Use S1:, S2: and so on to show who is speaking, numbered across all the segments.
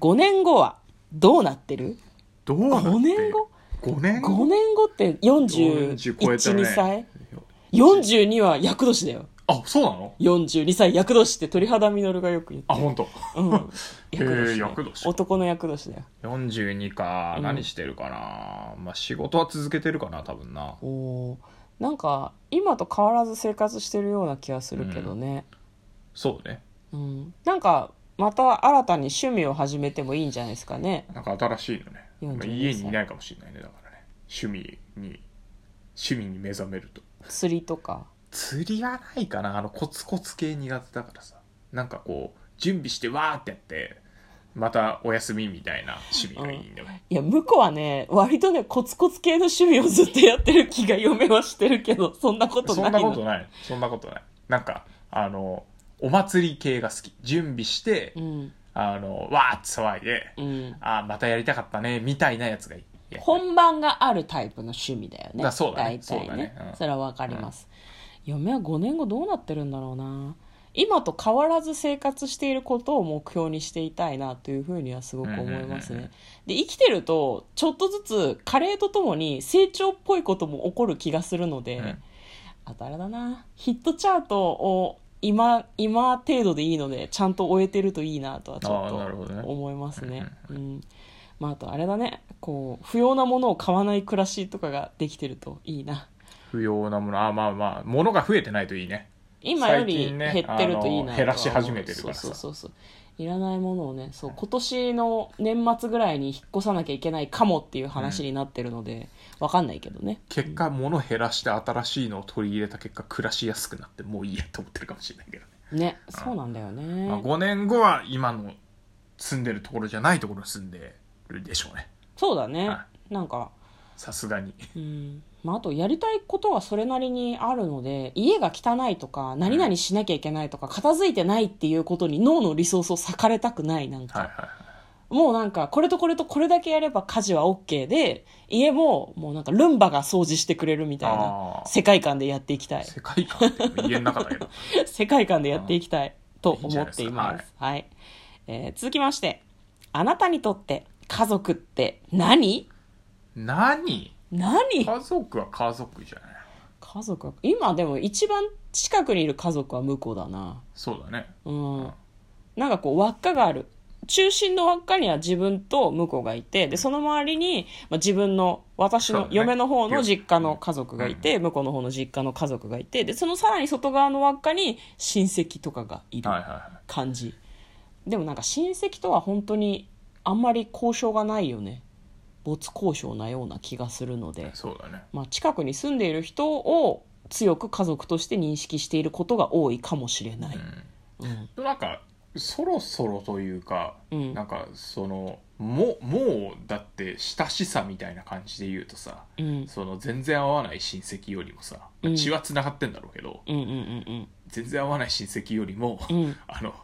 S1: 5年後はどうなってる
S2: どうなって
S1: 5年後
S2: ?5 年
S1: ?5 年後って41、
S2: 40超えたね
S1: 2歳 ?42 は厄年だよ。
S2: あそうなの
S1: 42歳厄年って鳥肌実がよく言って
S2: あ本当。
S1: る。うん。厄
S2: へえ
S1: 年だよ
S2: 厄年
S1: 男の厄年だよ。
S2: 42か
S1: うん
S2: 何してるかな、まあ仕事は続けてるかな多分な
S1: おおーなんか今と変わらず生活してるような気がするけどね、
S2: そうね
S1: うんなんかまた新たに趣味を始めてもいいんじゃないですかね
S2: なんか新しいのね、
S1: 42
S2: まあ、家にいないかもしれないねだからね趣味に趣味に目覚めると
S1: 釣りとか
S2: 釣りはないかなあのコツコツ系苦手だからさなんかこう準備してわーってやってまたお休みみたいな趣味がいいんだよ、ね
S1: いや向こうはね割とねコツコツ系の趣味をずっとやってる気が嫁はしてるけどそんなことな
S2: そ
S1: い
S2: ん
S1: の
S2: なことないそんなことないなんかあのお祭り系が好き準備して、
S1: うん
S2: あのわーって騒いで、
S1: うん
S2: あーまたやりたかったねみたいなやつがいい
S1: 本番があるタイプの趣味だよね
S2: だそうだね
S1: 大体
S2: そうだねうん
S1: それはわかります、嫁は5年後どうなってるんだろうな今と変わらず生活していることを目標にしていたいなというふうにはすごく思います
S2: うんうんうんう
S1: ね
S2: ん
S1: で生きてるとちょっとずつ加齢とともに成長っぽいことも起こる気がするので、
S2: うん
S1: あとあれだなヒットチャートを今今程度でいいのでちゃんと終えてるといいなとはちょっ
S2: あーなるほどね
S1: と思いますね。うんまあ、あとあれだねこう不要なものを買わない暮らしとかができてるといいな
S2: 不要なものあーまあまあ物が増えてないといいね
S1: 今より
S2: 最近ね
S1: 減ってるといいなとは思う、
S2: あの減らし始めてるからさ
S1: そうそうそうそういらないものをねそう今年の年末ぐらいに引っ越さなきゃいけないかもっていう話になってるので、わかんないけどね
S2: 結果物減らして新しいのを取り入れた結果暮らしやすくなってもういいやと思ってるかもしれないけどね、
S1: ねそうなんだよね、
S2: まあ、5年後は今の住んでるところじゃないところに住んでるでしょうね
S1: そうだね、
S2: は
S1: なんか
S2: さすがに
S1: うんまあ、あとやりたいことはそれなりにあるので家が汚いとか何々しなきゃいけないとか片付いてないっていうことに脳のリソースを割かれたくないなんか、
S2: はいはいはい
S1: もうなんかこれとこれとこれだけやれば家事は OK で家ももうなんかルンバが掃除してくれるみたいな
S2: あー
S1: 世界観でやっていきた い
S2: 世界観っていうの家の中だけど
S1: 世界観でやっていきたいと思ってい
S2: いいんじゃない
S1: ま。
S2: です
S1: はい、えー続きましてあなたにとって家族って何
S2: 何
S1: 何
S2: 家族は家族じゃない
S1: 家族は今でも一番近くにいる家族は向こうだな
S2: そうだね
S1: うんなんかこう輪っかがある中心の輪っかには自分と向こうがいてでその周りに、まあ、自分の私
S2: そう
S1: の
S2: だね
S1: 嫁の方の実家の家族がいて、向こうの方の実家の家族がいてでそのさらに外側の輪っかに親戚とかがいる
S2: はいはいはい
S1: 感じ、でもなんか親戚とは本当にあんまり交渉がないよね没交渉なような気がするので
S2: そうだね
S1: まあ、近くに住んでいる人を強く家族として認識していることが多いかもしれない。うん
S2: でもなんかそろそろというか、
S1: うん
S2: なんかそのももうだって親しさみたいな感じで言うとさ
S1: うん
S2: その全然合わない親戚よりもさ、
S1: うん
S2: 血はつながってんだろうけど
S1: うんうんうん
S2: 全然合わない親戚よりも、
S1: うん
S2: あの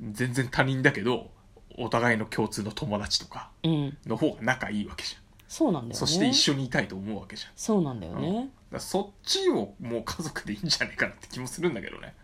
S2: 全然他人だけどお互いの共通の友達とか
S1: うん
S2: の方が仲いいわけじゃん、
S1: そうなんだよね
S2: そして一緒にいたいと思うわけじゃんだ
S1: そうなんだよね、
S2: からそっちをもう家族でいいんじゃないかなって気もするんだけどね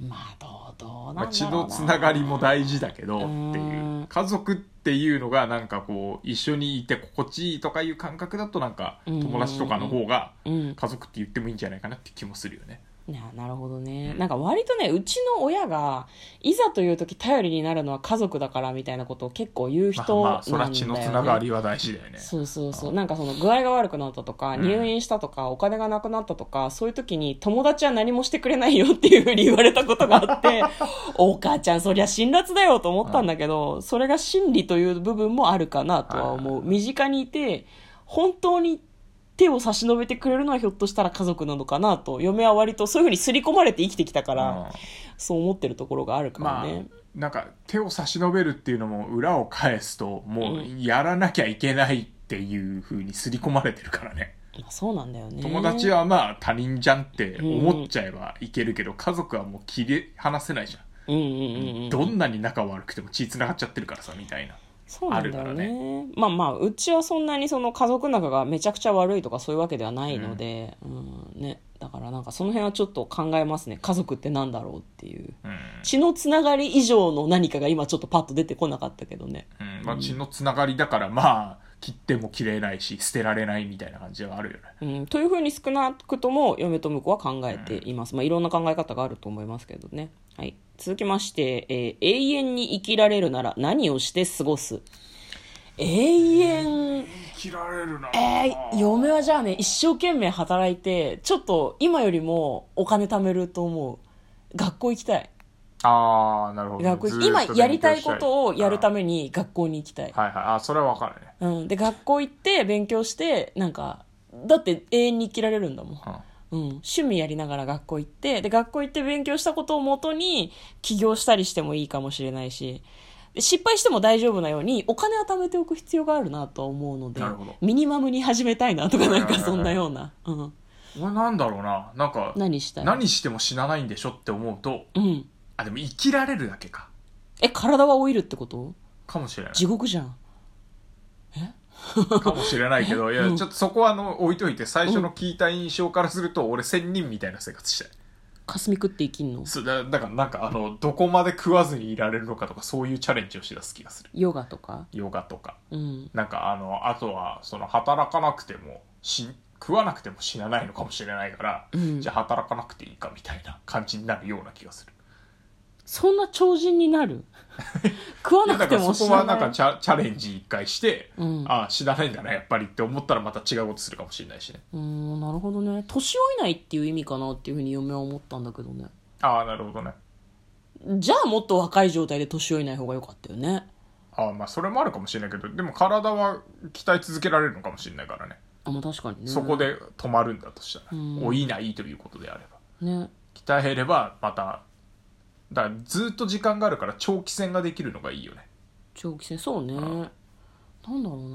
S1: まあどうどう
S2: ま
S1: な
S2: あ、
S1: ん
S2: 血
S1: だろうな、
S2: のつながりも大事だけどって
S1: う
S2: い
S1: ん
S2: う家族っていうのがなんかこう一緒にいて心地いいとかいう感覚だとなんか
S1: うん
S2: 友達とかの方が
S1: うん
S2: 家族って言ってもいいんじゃないかなって気もするよね。
S1: ななるほどね、
S2: うん
S1: なんか割とねうちの親がいざという時頼りになるのは家族だからみたいなことを結構言う
S2: ま
S1: 人
S2: あま
S1: な
S2: あ
S1: んだ
S2: そ
S1: よ、ね
S2: ら血のつながりは大事だよね。
S1: そうそうそうなんかその具合が悪くなったとか、
S2: うん
S1: 入院したとかお金がなくなったとかそういう時に友達は何もしてくれないよっていうふうに言われたことがあって お母ちゃんそりゃ辛辣だよと思ったんだけど、それが真理という部分もあるかなとは思う、
S2: はい
S1: 身近にいて本当に手を差し伸べてくれるのはひょっとしたら家族なのかなと嫁は割とそういうふうに刷り込まれて生きてきたから、そう思ってるところがある
S2: うん
S1: か
S2: ま
S1: ら
S2: あ
S1: ね、
S2: なんか手を差し伸べるっていうのも裏を返すともう
S1: う
S2: やらなきゃいけないっていうふうに刷り込まれてるからね。
S1: まあそうなんだよね
S2: 友達はまあ他人じゃんって思っちゃえばいけるけど家族はもう切り離せないじゃん。
S1: うんうんうんうん
S2: どんなに仲悪くても血繋がっちゃってるからさみたいな
S1: そうなんだ
S2: あ
S1: よ
S2: る
S1: ね
S2: から
S1: まあまあうちはそんなにその家族仲がめちゃくちゃ悪いとかそういうわけではないので、うんね、だからなんかその辺はちょっと考えますね家族ってなんだろうっていう
S2: うん
S1: 血のつながり以上の何かが今ちょっとパッと出てこなかったけどね
S2: うんまあ、血のつながりだからまあ切っても切れないし捨てられないみたいな感じはあるよね
S1: うん、というふうに少なくとも嫁と婿は考えています、まあ、いろんな考え方があると思いますけどね、はい、続きまして、えー永遠に生きられるなら何をして過ごす」永遠
S2: 切られるな
S1: えー、嫁はじゃあね一生懸命働いてちょっと今よりもお金貯めると思う学校行きたい
S2: ああなるほどね、
S1: 学校行
S2: ずーっ
S1: き今
S2: 勉強
S1: やりたいことをやるた
S2: め
S1: めに学校に行きたい
S2: はいはいあそれは分かるね、
S1: うん、で学校行って勉強してなんかだって永遠に生きられるんだもん、
S2: うん
S1: うん、趣味やりながら学校行ってで学校行って勉強したことをもとに起業したりしてもいいかもしれないしで失敗しても大丈夫なようにお金は貯めておく必要があるなとは思うので
S2: なるほど
S1: ミニマムに始めたいなとかなん
S2: はいはい
S1: か
S2: はい
S1: そんなような、うん、
S2: 俺なんだろうななんか
S1: 何したい
S2: 何しても死なないんでしょって思うと
S1: うん、
S2: あでも生きられるだけか
S1: え体は老いるってこと
S2: かもしれない
S1: 地獄じゃん
S2: かもしれないけどいやちょっとそこはあの置いといて最初の聞いた印象からすると俺仙人みたいな生活したい
S1: 霞食って生きんの
S2: そうだだからなんかあのどこまで食わずにいられるのかとかそういうチャレンジをしだす気がする
S1: ヨガとか
S2: ヨガとか
S1: うん
S2: なんかあのあとはその働かなくてもし食わなくても死なないのかもしれないから、
S1: うん
S2: じゃあ働かなくていいかみたいな感じになるような気がする
S1: そんな超人にな る食わ
S2: いや
S1: な
S2: だ
S1: くて
S2: から
S1: も
S2: そ
S1: 死
S2: こは
S1: な
S2: なん
S1: な
S2: か
S1: い
S2: チャチャレンジ一回して、
S1: うん
S2: ああ死なないんだなやっぱりって思ったらまた違うことするかもしれないしね
S1: うーんなるほどね年老いないっていう意味かなっていうふうに嫁は思ったんだけどね
S2: ああなるほどね
S1: じゃあもっと若い状態で年老いない方が良かったよね
S2: ああまあそれもあるかもしれないけどでも体は鍛え続けられるのかもしれないからね、
S1: あまあ確かにね
S2: そこで止まるんだとしたら、
S1: うん
S2: 老いないということであれば
S1: ね
S2: 鍛えればまただからずっと時間があるから長期戦ができるのがいいよね
S1: 長期戦そうねなんだろう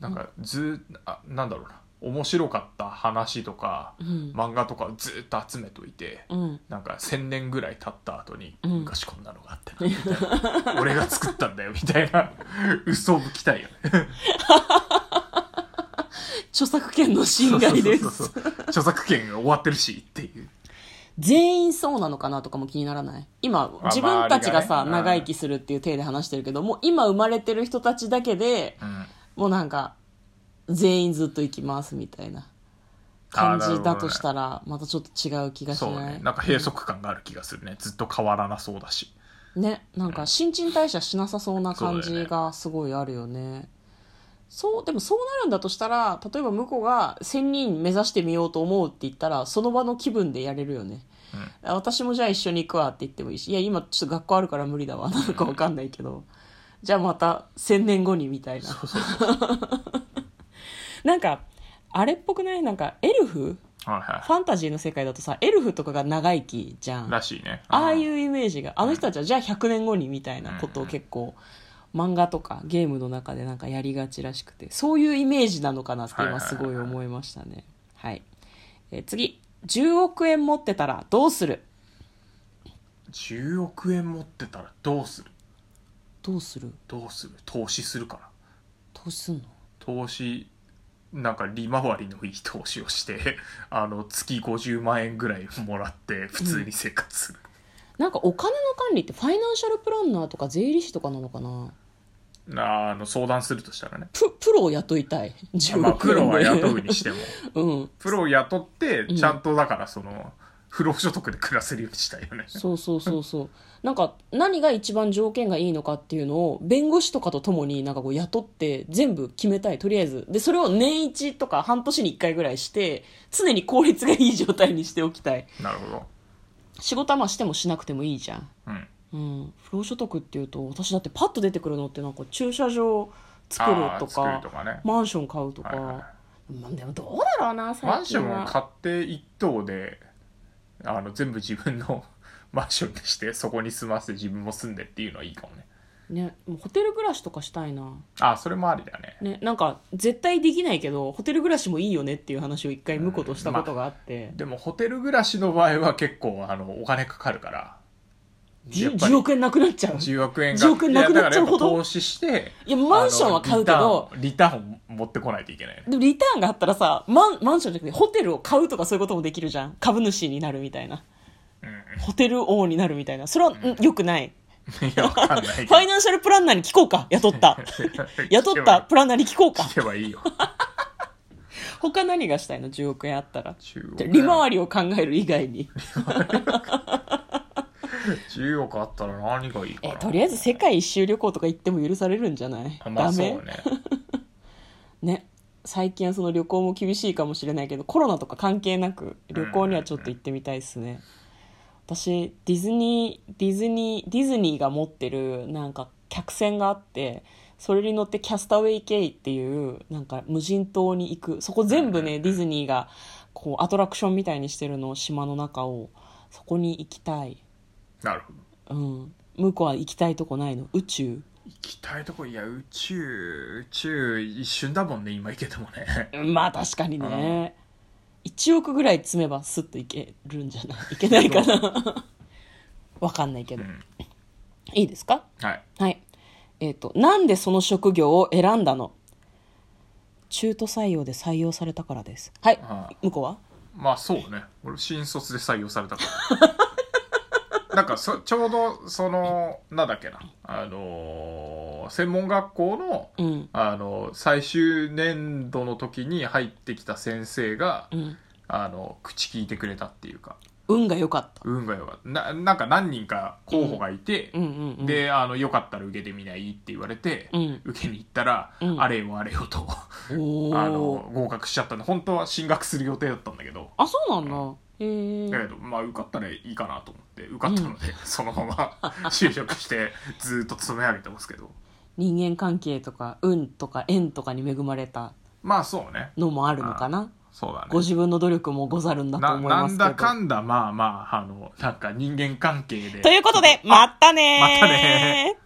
S1: な
S2: なんかずあなんだろうな面白かった話とか、
S1: ん
S2: 漫画とかずっと集めといて、
S1: うん
S2: なんか1000年ぐらい経った後に、
S1: ん
S2: 昔こんなのがあったなみたいな俺が作ったんだよみたいな嘘を吹きた いよね
S1: 著作権の侵害で
S2: そうそう
S1: す
S2: そうそう著作権が終わってるしっていう
S1: 全員そうなのかなとかも気にならない今
S2: あ
S1: 自分たちがさ
S2: 周りがね
S1: 長生きするっていう体で話してるけどもう今生まれてる人たちだけで
S2: うん
S1: もうなんか全員ずっと行きますみたいな感じだとしたらまたちょっと違う気がし
S2: そう
S1: ない
S2: ねなんか閉塞感がある気がするねずっと変わらなそうだし
S1: ねなんか新陳代謝しなさそうな感
S2: そうだ
S1: じ
S2: よ
S1: がすごいあるよねそうでもそうなるんだとしたら例えば向こうが1000人目指してみようと思うって言ったらその場の気分でやれるよね、あ私もじゃあ一緒に行くわって言ってもいいしいや今ちょっと学校あるから無理だわなのか分かんないけどじゃあまた1000年後にみたいななんかあれっぽくないなんかエルフ
S2: はい
S1: フ
S2: は
S1: ァンタジーの世界だとさエルフとかが長生きじゃん
S2: いらしいね
S1: ああいううイメージがあの人たちはじゃあ100年後にみたいなことを結構漫画とかゲームの中でなんかやりがちらしくてそういうイメージなのかなって
S2: はいは
S1: 今
S2: いは
S1: す
S2: い
S1: ごい思いましたねはい、えー次10億円持ってたらどうする
S2: 10億円持ってたらどうする
S1: どうする
S2: どうする投資するかな
S1: 投資すんの
S2: 投資なんか利回りのいい投資をして あの月50万円ぐらいもらって普通に生活する、
S1: なんかお金の管理ってファイナンシャルプランナーとか税理士とかなのかな
S2: あの相談するとしたらね
S1: ププロを雇いたい
S2: ま
S1: 10
S2: あプ
S1: 億
S2: ロ
S1: 円
S2: は
S1: で、
S2: 雇うにしても
S1: うん
S2: プロを雇って
S1: ん
S2: ちゃんとだからその不労所得で暮らせるようにしたいよね
S1: そうそうそうそうなんか何が一番条件がいいのかっていうのを弁護士とかとともになんかこう雇って全部決めたいとりあえずでそれを年一とか半年に1回ぐらいして常に効率がいい状態にしておきたい
S2: なるほど
S1: 仕事はまあしてもしなくてもいいじゃん
S2: うん
S1: うん不労所得っていうと私だってパッと出てくるのってなんか駐車場作る
S2: あ
S1: と
S2: ー作る
S1: か
S2: とかね
S1: マンション買うとか、
S2: はいはいはい
S1: まあでもどうだろうな
S2: マ
S1: 最
S2: ンシ
S1: 近
S2: ョ
S1: は
S2: ンを買って一棟であの全部自分の マンションにしてそこに住ませて自分も住んでっていうのはいいかもね
S1: ねもうホテル暮らしとかしたいな
S2: あそれもありだね
S1: ね、なんか絶対できないけどホテル暮らしもいいよねっていう話を一回婿としたことがあって、
S2: でもホテル暮らしの場合は結構あのお金かかるからや
S1: じ
S2: っぱり
S1: 10億円なくなっちゃう。
S2: 10億円が
S1: 10億円なくなっちゃうほど
S2: いやだからやっぱ投資して
S1: いやマンションは買うけど
S2: あのリターンリターンを持ってこないといけないね
S1: でもリターンがあったらさマンマンションじゃなくてホテルを買うとかそういうこともできるじゃん株主になるみたいな
S2: う
S1: ホテル王になるみたいなそれは、うん、よくない
S2: んいやわかんないけ
S1: フ
S2: ど
S1: ァイナンシャルプランナーに聞こうか雇った 雇ったプランナーに聞こうか
S2: 聞けばいいよ
S1: 他何がしたいの10億円あったら
S2: 10億
S1: じゃ
S2: 円
S1: あ利回りを考える以外に
S2: 10億あったら何がいいか
S1: え
S2: な
S1: とりあえず世界一周旅行とか行っても許されるんじゃない、
S2: あまあ
S1: ダ
S2: そう
S1: メ
S2: ね
S1: ね最近はその旅行も厳しいかもしれないけどコロナとか関係なく旅行にはちょっと行ってみたいですね、私ディズニーディズニーディズニーが持ってるなんか客船があってそれに乗ってキャスタウェイ・ケイっていうなんか無人島に行くそこ全部ねディズニーがこうアトラクションみたいにしてるの島の中をそこに行きたい
S2: なるほど
S1: うん向こうは行きたいとこないの宇宙
S2: 行きたいとこいや宇宙宇宙一瞬だもんね今行けてもね
S1: まあ確かにね1億ぐらい詰めばスッといけるんじゃない いけないかな わかんないけ
S2: う
S1: ど、
S2: ん
S1: いいですか
S2: はい
S1: はいえっ、となんでその職業を選んだの中途採用で採用されたからですはい
S2: ああ
S1: 向こうは
S2: まあそうね俺新卒で採用されたか らなんかそちょうどそのなんだっけなあのー専門学校の、
S1: うん
S2: あの最終年度の時に入ってきた先生が、
S1: うん
S2: あの口聞いてくれたっていうか
S1: 運が良かった
S2: 運が良かったななんか何人か候補がいて、
S1: うんうんうん
S2: であのよかったら受けてみないって言われて、
S1: うん
S2: 受けに行ったら、
S1: うん
S2: あれよあれよと
S1: おー
S2: あの合格しちゃったんで本当は進学する予定だったんだけど、
S1: あそうなんだへえ
S2: だけどまあ受かったらいいかなと思って受かったので、そのま ま就職してずっと勤め上げてますけど
S1: 人間関係とか運とか縁とかに恵まれた
S2: まあそうね
S1: のもあるのかな
S2: そうだね
S1: ご自分の努力もござるんだと
S2: な
S1: 思いま
S2: な
S1: す
S2: ん
S1: けど
S2: だかんだまあまああのなんか人間関係で
S1: ということで、まったねー
S2: またね